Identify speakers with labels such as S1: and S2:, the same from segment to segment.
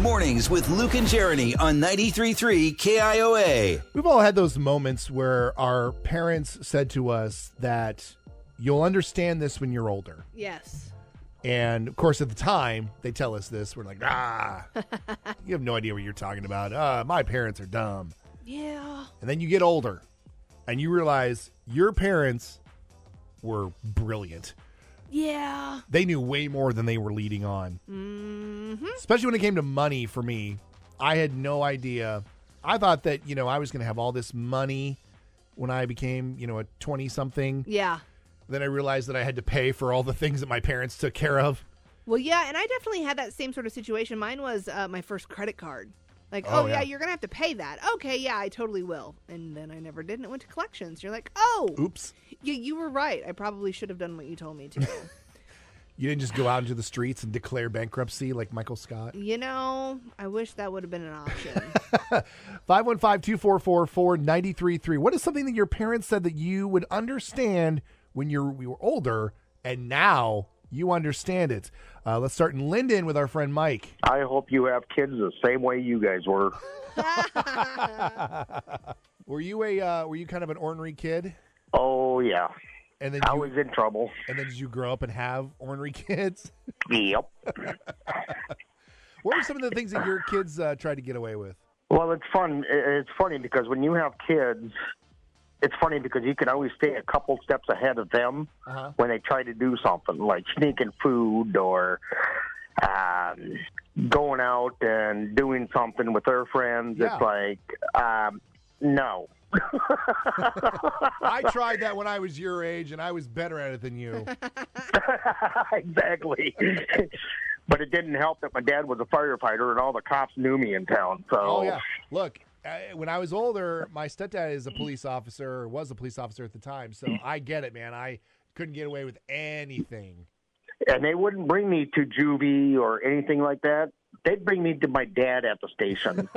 S1: Mornings with Luke and Jeremy on 93.3 KIOA.
S2: We've all had those moments where our parents said to us that you'll understand this when you're older.
S3: Yes.
S2: And of course, at the time, they tell us this. We're like, ah, you have no idea what you're talking about. Uh, my parents are dumb.
S3: Yeah.
S2: And then you get older and you realize your parents were brilliant.
S3: Yeah.
S2: They knew way more than they were leading on. Especially when it came to money for me. I had no idea. I thought that, you know, I was going to have all this money when I became, you know, a 20 something.
S3: Yeah.
S2: Then I realized that I had to pay for all the things that my parents took care of.
S3: Well, yeah, and I definitely had that same sort of situation. Mine was uh, my first credit card. Like,
S2: Oh,
S3: oh, yeah.
S2: yeah.
S3: you're going to have to pay that. Okay, yeah, I totally will. And then I never did, and it went to collections. You're like, oh,
S2: Oops.
S3: yeah, you were right. I probably should have done what you told me to.
S2: You didn't just go out into the streets and declare bankruptcy like Michael Scott.
S3: you know, I wish that would have been an option.
S2: 515 244 933. What is something that your parents said that you would understand when you're, we were older and now you understand it? Uh, let's start in Linden with our friend Mike.
S4: I hope you have kids the same way you guys were.
S2: Were you a uh, were you kind of an ornery kid?
S4: Oh yeah,
S2: And then
S4: I
S2: you,
S4: was in trouble.
S2: and then did you grow up and have ornery kids?
S4: Yep.
S2: What were some of the things that your kids uh, tried to get away with?
S4: Well, it's fun. i- It's funny because when you have kids, it's funny because you can always stay a couple steps ahead of them
S2: Uh-huh.
S4: when they try to do something like sneaking food or um, going out and doing something with their friends.
S2: Yeah.
S4: It's like, um, no.
S2: I tried that when I was your age and I was better at it than you.
S4: exactly. but it didn't help that my dad was a firefighter and all the cops knew me in town. So
S2: Oh yeah. Look, I, when I was older, my stepdad is a police officer, or was a police officer at the time, so I get it, man. I couldn't get away with anything.
S4: and they wouldn't bring me to juvie or anything like that. They'd bring me to my dad at the station.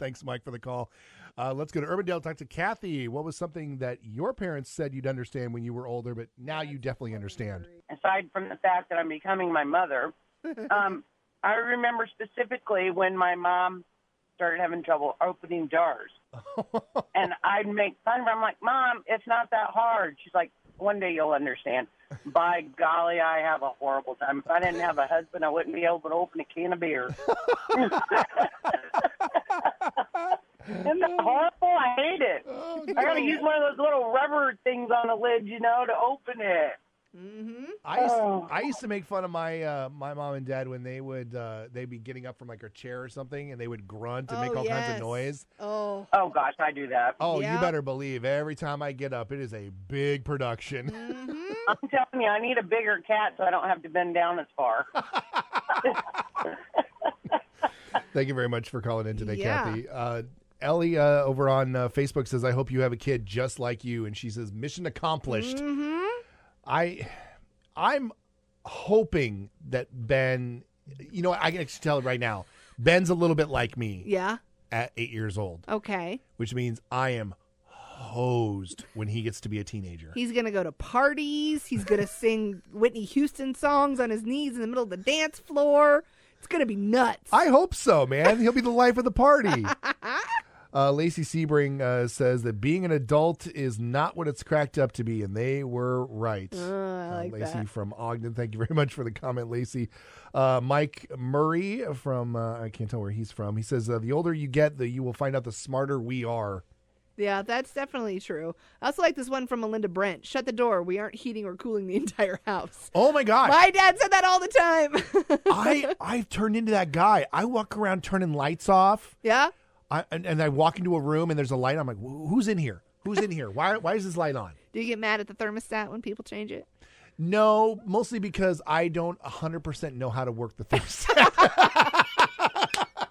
S2: Thanks, Mike, for the call. Uh, let's go to Urbandale. Talk to Kathy. What was something that your parents said you'd understand when you were older, but now you definitely understand?
S5: aside from the fact that I'm becoming my mother, um, I remember specifically when my mom started having trouble opening jars. and I'd make fun of her. I'm like, Mom, it's not that hard. She's like, one day you'll understand. By golly, I have a horrible time. If I didn't have a husband, I wouldn't be able to open a can of beer. Isn't that horrible? I hate it.
S2: Oh,
S5: I gotta use one of those little rubber things on the lid, you know, to open it.
S3: hmm
S2: I used,
S5: Oh.
S2: I used to make fun of my uh, my mom and dad when they would uh, they'd be getting up from like a chair or something and they would grunt and make
S3: Oh,
S2: all kinds
S3: yes.
S2: of noise.
S3: Oh.
S5: Oh gosh, I do that.
S2: Oh, you
S3: Yeah.
S2: better believe every time I get up, it is a big production.
S3: hmm
S5: I'm telling you, I need a bigger cat so I don't have to bend down as far.
S2: Thank you very much for calling in today,
S3: Yeah.
S2: Kathy. Uh, Ellie uh, over on uh, Facebook says, "I hope you have a kid just like you," and she says, "Mission accomplished."
S3: hmm
S2: I, I'm hoping that Ben, you know, what, I can actually tell it right now. Ben's a little bit like me
S3: Yeah.
S2: at eight years old,
S3: Okay.
S2: which means I am hosed when he gets to be a teenager.
S3: He's going to go to parties. He's going to sing Whitney Houston songs on his knees in the middle of the dance floor. It's going to be nuts.
S2: I hope so, man. He'll be the life of the party. Uh, Lacey Sebring uh, says that being an adult is not what it's cracked up to be, and they were right.
S3: Uh, I
S2: Uh,
S3: like
S2: Lacey
S3: that.
S2: from Ogden, thank you very much for the comment, Lacey. Uh, Mike Murray from, uh, I can't tell where he's from, he says, uh, The older you get, the you will find out the smarter we are.
S3: Yeah, that's definitely true. I also like this one from Melinda Brent. Shut the door. We aren't heating or cooling the entire house.
S2: Oh my gosh.
S3: My dad said that all the time.
S2: I, I've turned into that guy. I walk around turning lights off,
S3: yeah?
S2: I, and, and I walk into a room and there's a light. I'm like, "Wh- Who's in here? Who's in here? Why, why is this light on?
S3: Do you get mad at the thermostat when people change it?
S2: No, mostly because I don't 100% know how to work the thermostat.